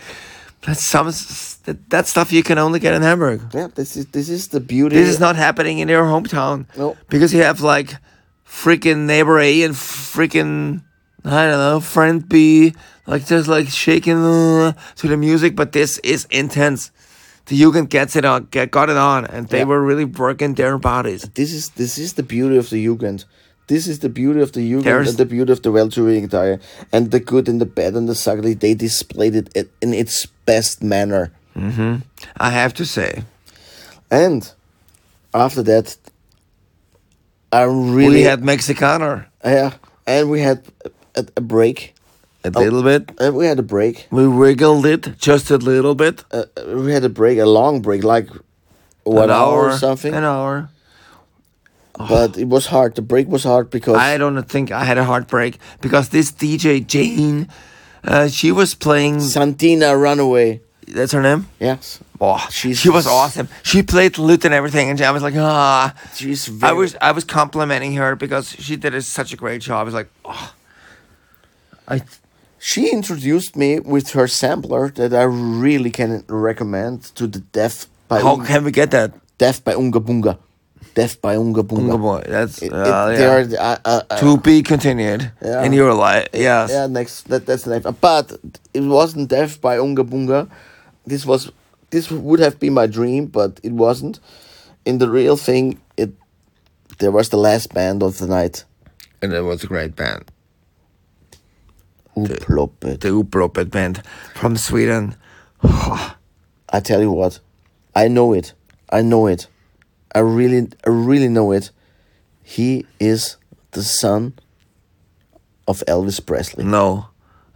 Speaker 2: That's some s- that, that stuff you can only get in Hamburg.
Speaker 1: Yeah, this is this is the beauty.
Speaker 2: This is not happening in your hometown.
Speaker 1: No.
Speaker 2: because you have like freaking neighbor A and freaking I don't know friend B, like just like shaking uh, to the music. But this is intense. The Jugend gets it on, get, got it on, and they
Speaker 1: Yeah.
Speaker 2: were really working their bodies.
Speaker 1: This is this is the beauty of the Jugend. This is the beauty of the Jugend
Speaker 2: There's-
Speaker 1: and the beauty of the Weltering Tire and the good and the bad and the ugly. They displayed it in- in its best manner.
Speaker 2: I have to say.
Speaker 1: And after that, I really
Speaker 2: We had Mexicaner
Speaker 1: yeah, and we had a, a break.
Speaker 2: a
Speaker 1: Oh.
Speaker 2: little bit.
Speaker 1: And we had a break.
Speaker 2: We wiggled it just a little bit.
Speaker 1: Uh, we had a break, a long break, like one
Speaker 2: an
Speaker 1: hour,
Speaker 2: hour,
Speaker 1: or something.
Speaker 2: An hour.
Speaker 1: but it was hard. The break was hard because
Speaker 2: I don't think I had a heartbreak because this DJ Jane, uh, she was playing.
Speaker 1: Santina Runaway.
Speaker 2: That's her name.
Speaker 1: Yes,
Speaker 2: Oh, she was
Speaker 1: Jesus.
Speaker 2: awesome. She played lute and everything, and I was like, ah.
Speaker 1: she's
Speaker 2: I
Speaker 1: very.
Speaker 2: was I was complimenting her because she did a, such a great job. I was like, oh, I
Speaker 1: she introduced me with her sampler that I really can recommend to the Deaf by
Speaker 2: how
Speaker 1: Unga-
Speaker 2: can we get that?
Speaker 1: Deaf by Unga Bunga, Deaf by Unga Bunga.
Speaker 2: Bunga boy, that's
Speaker 1: It- it-
Speaker 2: uh,
Speaker 1: They are
Speaker 2: yeah.
Speaker 1: uh, uh, uh,
Speaker 2: to be continued
Speaker 1: Yeah.
Speaker 2: in your life. Yes.
Speaker 1: Yeah, next that that's next. But it wasn't Death by Unga Bunga. This was this would have been my dream, but it wasn't. In the real thing, it there was the last band of the night.
Speaker 2: and it was a great band,
Speaker 1: Uploppet.
Speaker 2: the Upropet band from Sweden.
Speaker 1: I tell you what, I know it. I know it. I really, I really know it. He is the son of Elvis Presley.
Speaker 2: No,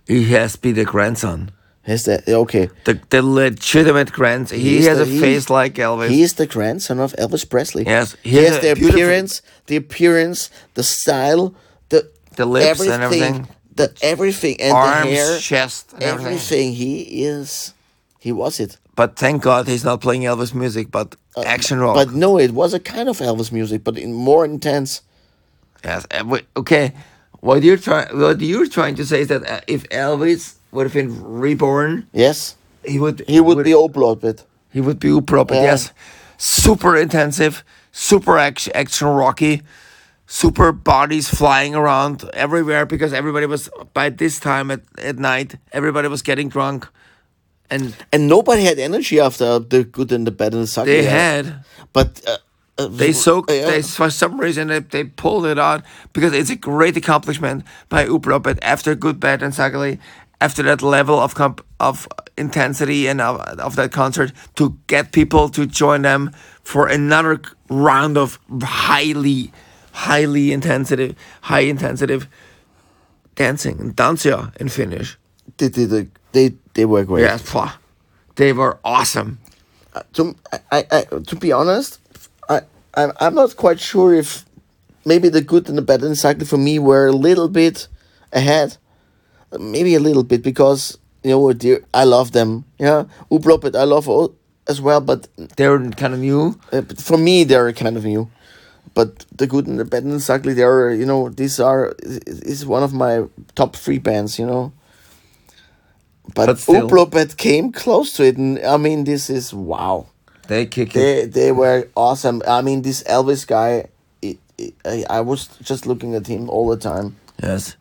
Speaker 2: he has been the grandson,
Speaker 1: Is that okay?
Speaker 2: the the legitimate grandson. He,
Speaker 1: He's
Speaker 2: has
Speaker 1: the-
Speaker 2: a
Speaker 1: he-
Speaker 2: face like Elvis.
Speaker 1: He is the grandson of Elvis Presley.
Speaker 2: Yes,
Speaker 1: he, has, the
Speaker 2: beautiful-
Speaker 1: appearance, the appearance, the style, the
Speaker 2: The lips and everything.
Speaker 1: the everything and
Speaker 2: Arms,
Speaker 1: the hair,
Speaker 2: chest, and everything.
Speaker 1: everything. He is, he was it.
Speaker 2: But thank God he's not playing Elvis music, but action rock.
Speaker 1: Uh, But no, it was a kind of Elvis music, but in more intense.
Speaker 2: Yes. uh, wait, Okay. What you're trying, what you're trying to say is that uh, if Elvis would have been reborn,
Speaker 1: Yes,
Speaker 2: he would
Speaker 1: he would be uploaded.
Speaker 2: he would be proper.
Speaker 1: Yeah.
Speaker 2: Yes. Super intensive, super action, action rocky, super bodies flying around everywhere because everybody was by this time at, at night everybody was getting drunk, and
Speaker 1: And nobody had energy after the good and the bad and the sucky.
Speaker 2: they
Speaker 1: yeah.
Speaker 2: had
Speaker 1: but uh, uh,
Speaker 2: They soaked.
Speaker 1: yeah.
Speaker 2: They for some reason they, they pulled it out because it's a great accomplishment by Uprop. after Good Bad and Sagali, after that level of comp, of intensity and of, of that concert, to get people to join them for another round of highly, highly intensive, high intensive dancing and dancia in Finnish.
Speaker 1: they did. a- They they were great.
Speaker 2: Yes, pwah. they were awesome.
Speaker 1: to I, I to be honest, I I'm, I'm not quite sure if maybe the good and the bad exactly for me were a little bit ahead, maybe a little bit because you know what dear I love them yeah Ublopet I love all as well but
Speaker 2: They're kind of new.
Speaker 1: uh, but for me they're kind of new, but the good and the bad and exactly they are you know these are is- is one of my top three bands you know. But,
Speaker 2: But
Speaker 1: but
Speaker 2: still.
Speaker 1: came close to it, and I mean, this is wow
Speaker 2: They kick it.
Speaker 1: they they were awesome. I mean, this Elvis guy, it, it, I, I was just looking at him all the time.
Speaker 2: Yes.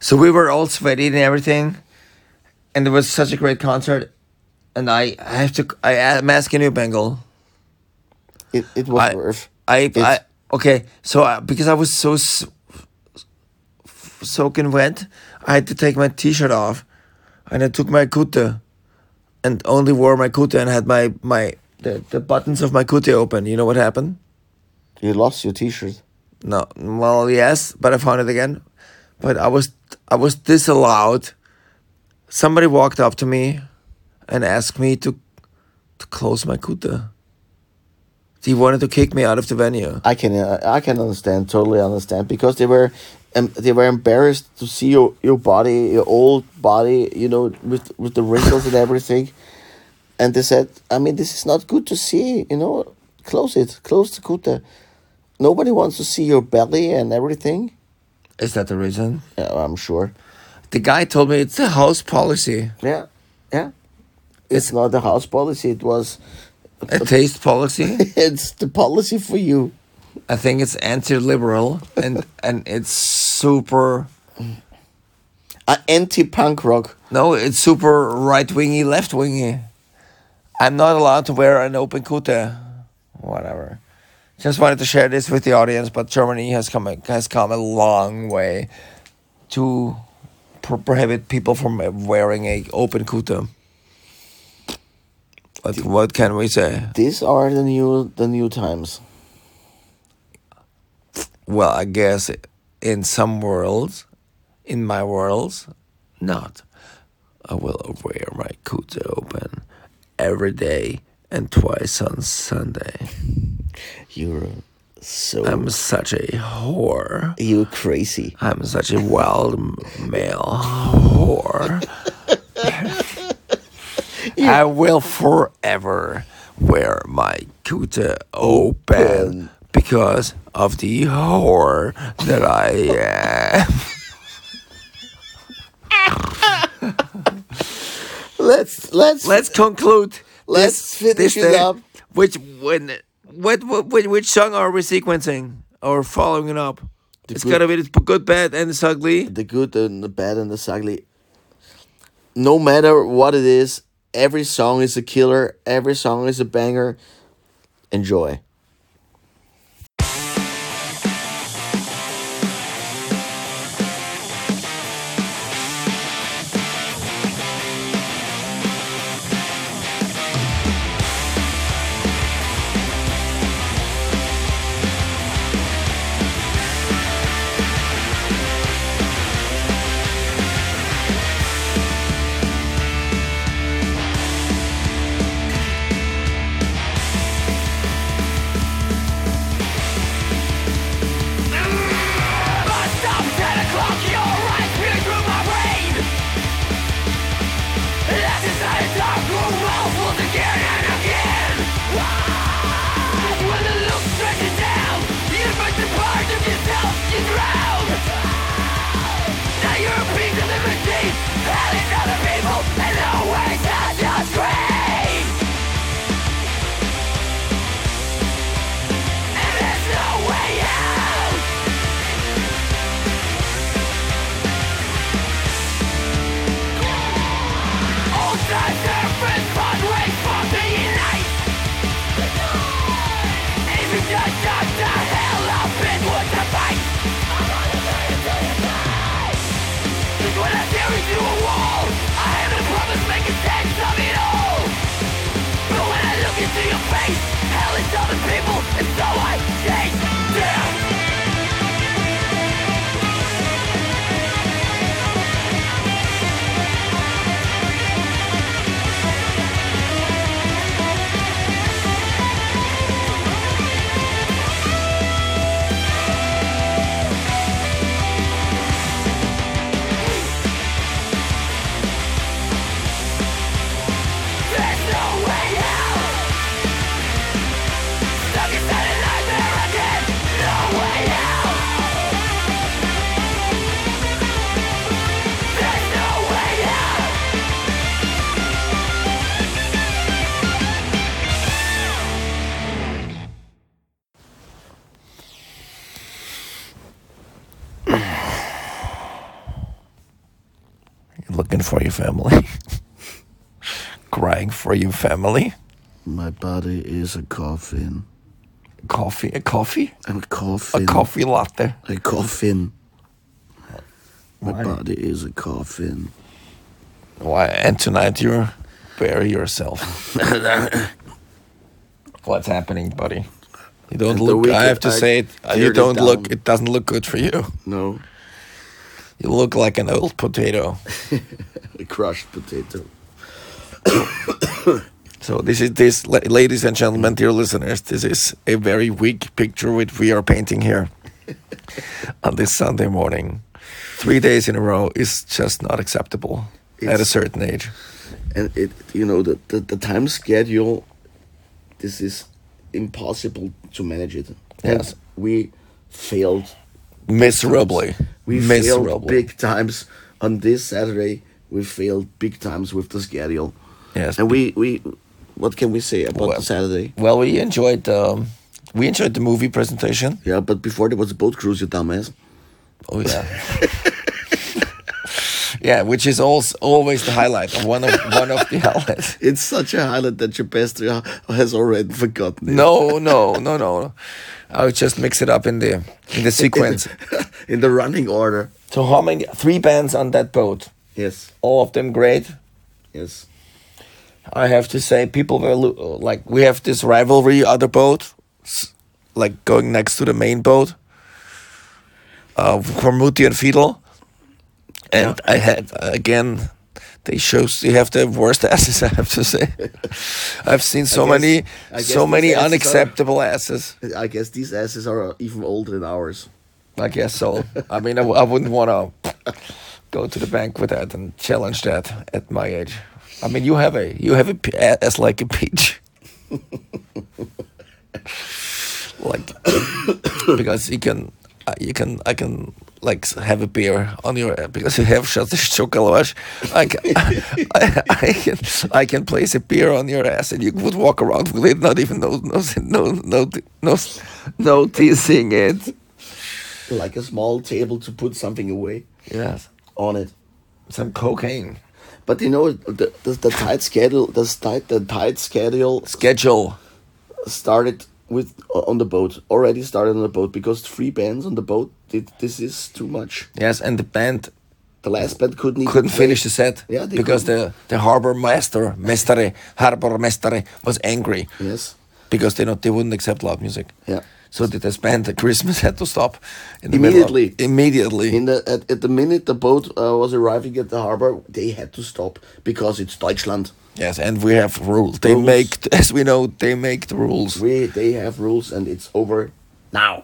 Speaker 2: So we were all sweaty and everything, and it was such a great concert. And I, I have to, I, am asking you, Bengal.
Speaker 1: It it was
Speaker 2: I-
Speaker 1: worth.
Speaker 2: I,
Speaker 1: It's-
Speaker 2: I, okay. So I, because I was so s- soaking wet, I had to take my t-shirt off, and I took my kutte, and only wore my kutte and had my my the, the buttons of my kutte open. You know what happened?
Speaker 1: you lost your T-shirt.
Speaker 2: No, well, yes, but I found it again. But I was I was disallowed. Somebody walked up to me and asked me to to close my kuta. He wanted to kick me out of the venue.
Speaker 1: I can uh, I can understand totally understand because they were, um, they were embarrassed to see your, your body your old body you know with with the wrinkles and everything, and they said I mean this is not good to see you know close it close the kuta, nobody wants to see your belly and everything.
Speaker 2: Is that the reason?
Speaker 1: Yeah, I'm sure.
Speaker 2: The guy told me it's a house policy,
Speaker 1: Yeah, yeah. It's not a house policy. It was.
Speaker 2: a taste policy.
Speaker 1: It's the policy for you.
Speaker 2: I think it's anti-liberal and and it's super.
Speaker 1: Uh, anti-punk rock.
Speaker 2: No, it's super right-wingy, left-wingy. I'm not allowed to wear an open kutte. Whatever. Just wanted to share this with the audience, but Germany has come a, has come a long way to pro- prohibit people from wearing a open kutte. But what can we say?
Speaker 1: These are the new the new times.
Speaker 2: Well, I guess in some worlds, in my worlds, not. I will wear my kuta open every day and twice on Sunday.
Speaker 1: You're a
Speaker 4: So
Speaker 1: Um,
Speaker 2: I'm such a whore.
Speaker 4: you crazy.
Speaker 2: I'm such a wild m- male whore. I will forever wear my cooter open because of the whore that I am.
Speaker 4: Let's let's
Speaker 2: Let's conclude.
Speaker 4: Let's finish it up.
Speaker 2: Which when what, what which, which song are we sequencing or following it up? it's
Speaker 4: good-
Speaker 2: gotta be the good, bad, and it's ugly.
Speaker 4: the good and the bad and the ugly. No matter what it is, every song is a killer. Every song is a banger. Enjoy.
Speaker 2: Looking for your family. Crying for your family.
Speaker 1: My body is a coffin.
Speaker 2: Coffee, a coffee,
Speaker 1: I'm a
Speaker 2: a
Speaker 1: coffin.
Speaker 2: coffee latte.
Speaker 1: A coffin. My body is a coffin.
Speaker 2: Why? And tonight you bury yourself. What's happening, buddy? You don't
Speaker 1: the
Speaker 2: look. I
Speaker 1: weekend
Speaker 2: have to
Speaker 1: I
Speaker 2: say it. uh, You
Speaker 1: teared it
Speaker 2: don't look.
Speaker 1: down.
Speaker 2: It doesn't look good for you.
Speaker 1: No,
Speaker 2: You look like an old potato.
Speaker 1: a crushed potato.
Speaker 2: So this is this, la- ladies and gentlemen, dear listeners. This is a very weak picture which we are painting here on this Sunday morning. Three days in a row is just not acceptable at a
Speaker 1: It's-
Speaker 2: certain age.
Speaker 1: and it you know the, the, the time schedule this is impossible to manage it And
Speaker 2: Yes.
Speaker 1: we failed
Speaker 2: Miserably,
Speaker 1: we failed
Speaker 2: miserably.
Speaker 1: big times on this saturday we failed big times with the schedule
Speaker 2: Yes,
Speaker 1: and we we what can we say about
Speaker 2: Well-
Speaker 1: saturday
Speaker 2: Well, we enjoyed um, we enjoyed the movie presentation.
Speaker 1: yeah but before there was a boat cruise you dumbass
Speaker 2: Oh yeah. yeah, which is also always the highlight. of One of one of the highlights.
Speaker 1: it's such a highlight that your best has already forgotten it.
Speaker 2: No, no, no, no. I would just mix it up in the in the sequence.
Speaker 1: in the running order
Speaker 2: so how many three bands on that boat?
Speaker 1: yes
Speaker 2: All of them great.
Speaker 1: yes
Speaker 2: I have to say, people were lo- like, we have this rivalry other boat, s- like going next to the main boat, uh, Cormuti and Fiddle, and I had uh, again They shows they have the worst asses. I have to say, I've seen so
Speaker 1: guess-
Speaker 2: many,
Speaker 1: I guess
Speaker 2: so
Speaker 1: these
Speaker 2: many
Speaker 1: asses are-
Speaker 2: unacceptable asses.
Speaker 1: I guess these asses are even older than ours.
Speaker 2: I guess so. I mean, I, w- I wouldn't want to go to the bank with that and challenge that at my age. I mean, you have a you have a p- a- ass like a peach, like because you can uh, you can I can like s- have a beer on your because you have such a chocolate. I can, I, I can I can place a beer on your ass and you would walk around with it, not even no no no no no noticing it.
Speaker 1: Like a small table to put something away
Speaker 2: Yes.
Speaker 1: on it.
Speaker 2: some cocaine
Speaker 1: But you know the the, the tight schedule. The tight the tight schedule
Speaker 2: schedule.
Speaker 1: started with uh, on the boat. Already started on the boat because three bands on the boat. Did, this is too much.
Speaker 2: Yes, and the band
Speaker 1: The last band couldn't even
Speaker 2: couldn't
Speaker 1: play.
Speaker 2: finish the set
Speaker 1: Yeah, they
Speaker 2: because the the harbor master, mestre, harbor mestre was angry
Speaker 1: Yes.
Speaker 2: because they not they wouldn't accept loud music.
Speaker 1: Yeah.
Speaker 2: So the this band at Christmas had to stop in the middle of-
Speaker 1: Immediately.
Speaker 2: immediately.
Speaker 1: In the at, at the minute the boat uh, was arriving at the harbor, they had to stop because it's Deutschland.
Speaker 2: yes, and we have rules. They
Speaker 1: Rules.
Speaker 2: make as we know they make the rules.
Speaker 1: We they have rules and it's over now.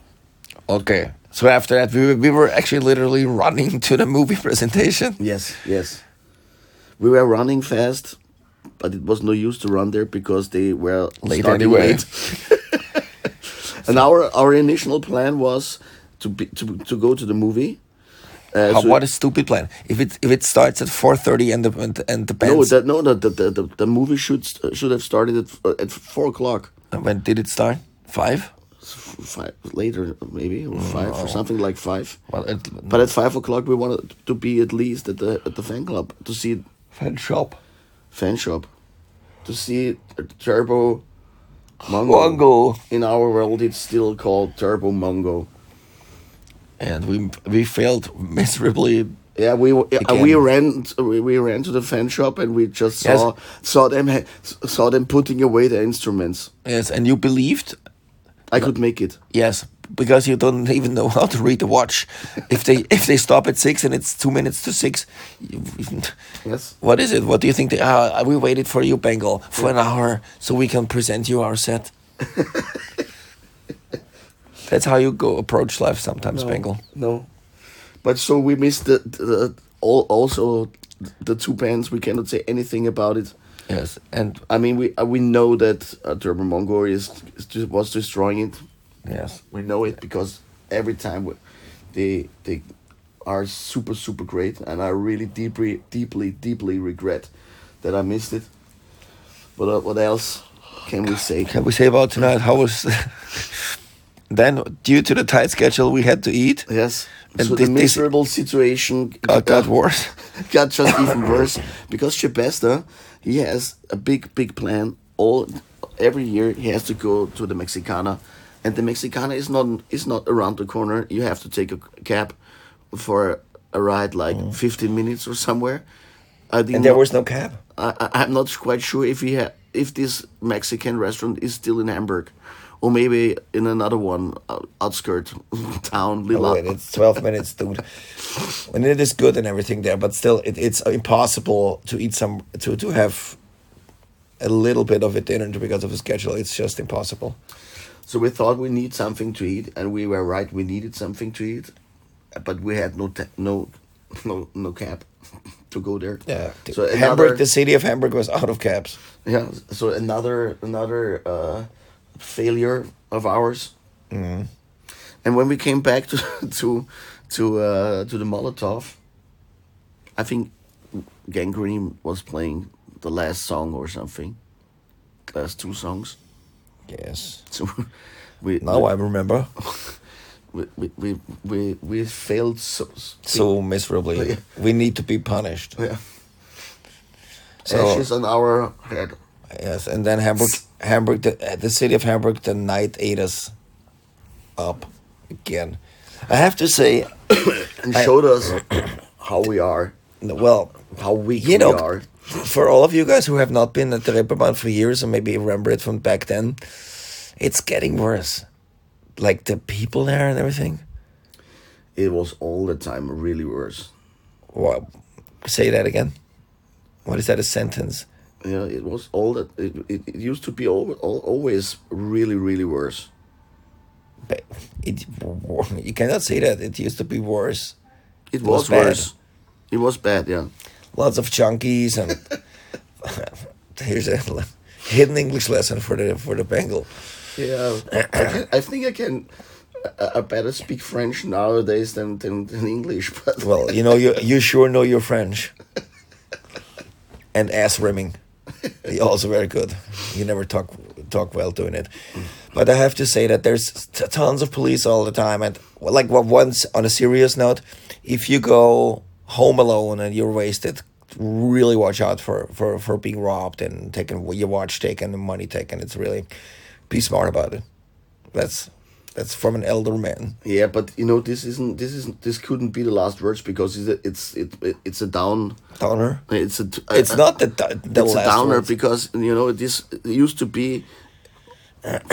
Speaker 2: okay. So after that, we were, we were actually literally running to the movie presentation.
Speaker 1: Yes, yes. We were running fast, but it was no use to run there because they were
Speaker 2: Late
Speaker 1: starting
Speaker 2: anyway.
Speaker 1: and our our initial plan was to be, to to go to the movie. Uh,
Speaker 2: How-
Speaker 1: so-
Speaker 2: what a stupid plan! If it if it starts at four thirty and the and, the- and the band
Speaker 1: no, that no, the the, the, the, the movie should st- should have started at f- at four o'clock.
Speaker 2: And When did it start? Five?
Speaker 1: five later maybe or five or something like five.
Speaker 2: Mm, Well, it,
Speaker 1: But at five o'clock we wanted to be at least at the at the fan club to see
Speaker 2: fan shop.
Speaker 1: fan shop, to see Turbo Mongo.
Speaker 2: Mongo.
Speaker 1: In our world, it's still called Turbo Mongo.
Speaker 2: And we we failed miserably.
Speaker 1: Yeah, we were- uh,
Speaker 2: Again.
Speaker 1: we ran we, we ran to the fan shop and we just
Speaker 2: Yes.
Speaker 1: saw saw them ha- saw them putting away their instruments.
Speaker 2: Yes, and you believed.
Speaker 1: I could make it.
Speaker 2: Yes, because you don't even know how to read the watch. If they if they stop at six and it's two minutes to six, you,
Speaker 1: Yes.
Speaker 2: what is it? What do you think? They, uh, we waited for you, Bengal, for an hour so we can present you our set. That's how you go approach life sometimes, Bengal.
Speaker 1: No, but so we missed the, the all also the two bands. We cannot say anything about it.
Speaker 2: Yes, and
Speaker 1: I mean, we uh, we know that uh, Turbo Mongo is, is de- was destroying it.
Speaker 2: yes,
Speaker 1: We know it because every time we, they they are super super great, and I really deeply deeply deeply regret that I missed it. But uh, what else can we say?
Speaker 2: can we say about tonight? How was then? Due to the tight schedule, we had to eat.
Speaker 1: Yes.
Speaker 2: And
Speaker 1: so
Speaker 2: thi-
Speaker 1: the
Speaker 2: this-
Speaker 1: miserable situation uh,
Speaker 2: Got, got worse.
Speaker 1: got just even worse because Chepesta, he has a big, big plan. All every year he has to go to the Mexicana, and the Mexicana is not is not around the corner. You have to take a cab for a ride like fifteen minutes or somewhere. I didn't
Speaker 2: Mm. And there
Speaker 1: know-
Speaker 2: was no cab.
Speaker 1: I, I- I'm not quite sure if he ha- if this Mexican restaurant is still in Hamburg, or maybe in another one uh, outskirt town.
Speaker 2: Oh,
Speaker 1: Lilla.
Speaker 2: wait, it's 12 minutes, dude. And it is good and everything there, but still, it, it's impossible to eat some, to, to have a little bit of a dinner because of the schedule. It's just impossible.
Speaker 1: So we thought we need something to eat, and we were right. We needed something to eat, but we had no ta- no no no cab to go there.
Speaker 2: Yeah.
Speaker 1: So another,
Speaker 2: Hamburg, the city of Hamburg was out of cabs.
Speaker 1: yeah. So another another uh, failure of ours.
Speaker 2: Mm-hmm.
Speaker 1: And when we came back to to to uh, to the Molotov, I think Gangrene was playing the last song or something, last two songs.
Speaker 2: Yes.
Speaker 1: So we
Speaker 2: Now I remember.
Speaker 1: we we we we, we failed so,
Speaker 2: So miserably. We need to be punished.
Speaker 1: yeah.
Speaker 2: So-
Speaker 1: ashes on our head
Speaker 2: Yes, and then Hamburg, Hamburg, the, uh, the city of Hamburg, the night ate us up again. I have to say,
Speaker 1: and showed us how we are
Speaker 2: well,
Speaker 1: how weak
Speaker 2: you
Speaker 1: we
Speaker 2: know,
Speaker 1: are
Speaker 2: for all of you guys who have not been at the Reeperbahn for years and maybe remember it from back then, it's getting worse. Like the people there and everything.
Speaker 1: it was all the time really worse
Speaker 2: Wow. Say that again. What is that? A sentence?
Speaker 1: Yeah, it was all that. It, it, it used to be all, all, always really, really worse.
Speaker 2: Ba- It, you cannot say that. It used to be worse.
Speaker 1: It
Speaker 2: was
Speaker 1: was,
Speaker 2: bad.
Speaker 1: worse. It was bad, yeah.
Speaker 2: Lots of junkies and here's a le- hidden English lesson for the for the Bengal.
Speaker 1: Yeah. I, can- I think I can. I, I better speak French nowadays than, than, than English, but.
Speaker 2: Well, you know you you sure know your French. And ass rimming, You're also very good. You never talk talk well doing it, but I have to say that there's t- tons of police all the time. And well, like what once on a serious note, if you go home alone and you're wasted, really watch out for for for being robbed and taken your watch taken and money taken. It's really be smart about it. That's that's from an elder man.
Speaker 1: Yeah, but you know this isn't this isn't this couldn't be the last words because it's a, it's it, it's a down
Speaker 2: Downer.
Speaker 1: it's a t-
Speaker 2: It's
Speaker 1: a-
Speaker 2: not the the, the
Speaker 1: it's a
Speaker 2: last
Speaker 1: downer
Speaker 2: words.
Speaker 1: because you know this used to be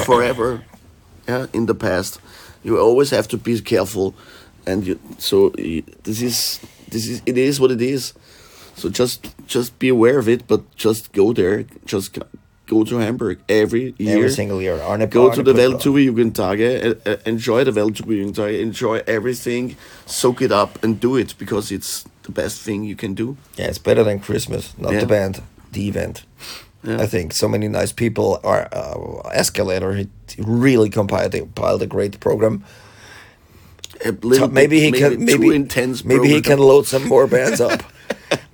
Speaker 1: forever yeah in the past you always have to be careful and you so y- this is this is it is what it is so just just be aware of it but just go there just g- go to hamburg every year
Speaker 2: Every single year. Arne
Speaker 1: go
Speaker 2: Arne
Speaker 1: to the
Speaker 2: Putball.
Speaker 1: Weltjugendtage, uh, uh, enjoy the Weltjugendtage, enjoy everything, soak it up and do it because it's the best thing you can do.
Speaker 2: Yeah, it's better than Christmas, not
Speaker 1: Yeah.
Speaker 2: the band, the event.
Speaker 1: Yeah.
Speaker 2: I think so many nice people are uh, escalator. He he really compiled a, compiled a great program.
Speaker 1: A little
Speaker 2: So maybe he
Speaker 1: bit-
Speaker 2: can maybe
Speaker 1: too intense.
Speaker 2: maybe he can
Speaker 1: program.
Speaker 2: load some more bands up.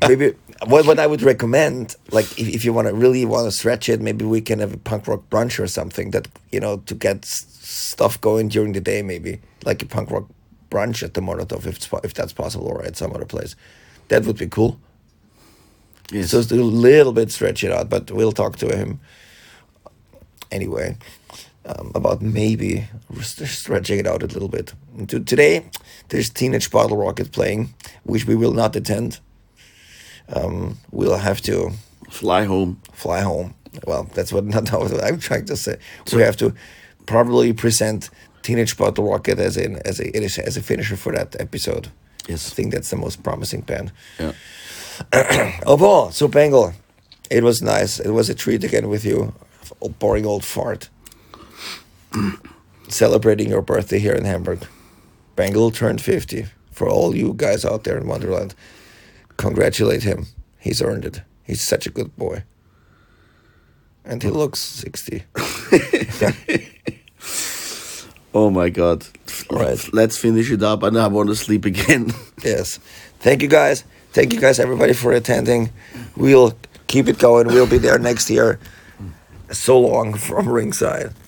Speaker 2: maybe what what I would recommend, like if, if you want to really want to stretch it, maybe we can have a punk rock brunch or something that you know to get s- stuff going during the day. Maybe like a punk rock brunch at the Molotov, if it's po- if that's possible, or at some other place. That would be cool.
Speaker 1: Yes.
Speaker 2: So it's a little bit stretch it out, but we'll talk to him anyway um, about maybe st- stretching it out a little bit. And to- today, there's Teenage Bottle Rocket playing, which we will not attend. Um, we'll have to
Speaker 1: fly home.
Speaker 2: fly home. Well, that's what not what I'm trying to say. we have to probably present Teenage Bottle Rocket as in as a it is- as a finisher for that episode.
Speaker 1: Yes.
Speaker 2: I think that's the most promising band.
Speaker 1: Yeah.
Speaker 2: Oh, Paul, so Bengal, it was nice. It was a treat again with you. Oh, boring old fart. Celebrating your birthday here in Hamburg. Bengal turned 50. For all you guys out there in Wonderland, congratulate him. He's earned it. He's such a good boy. And he looks 60.
Speaker 1: Oh my god.
Speaker 2: Right.
Speaker 1: Let's finish it up and I want to sleep again.
Speaker 2: Yes. Thank you guys. Thank you guys everybody for attending. We'll keep it going. We'll be there next year. So long from ringside.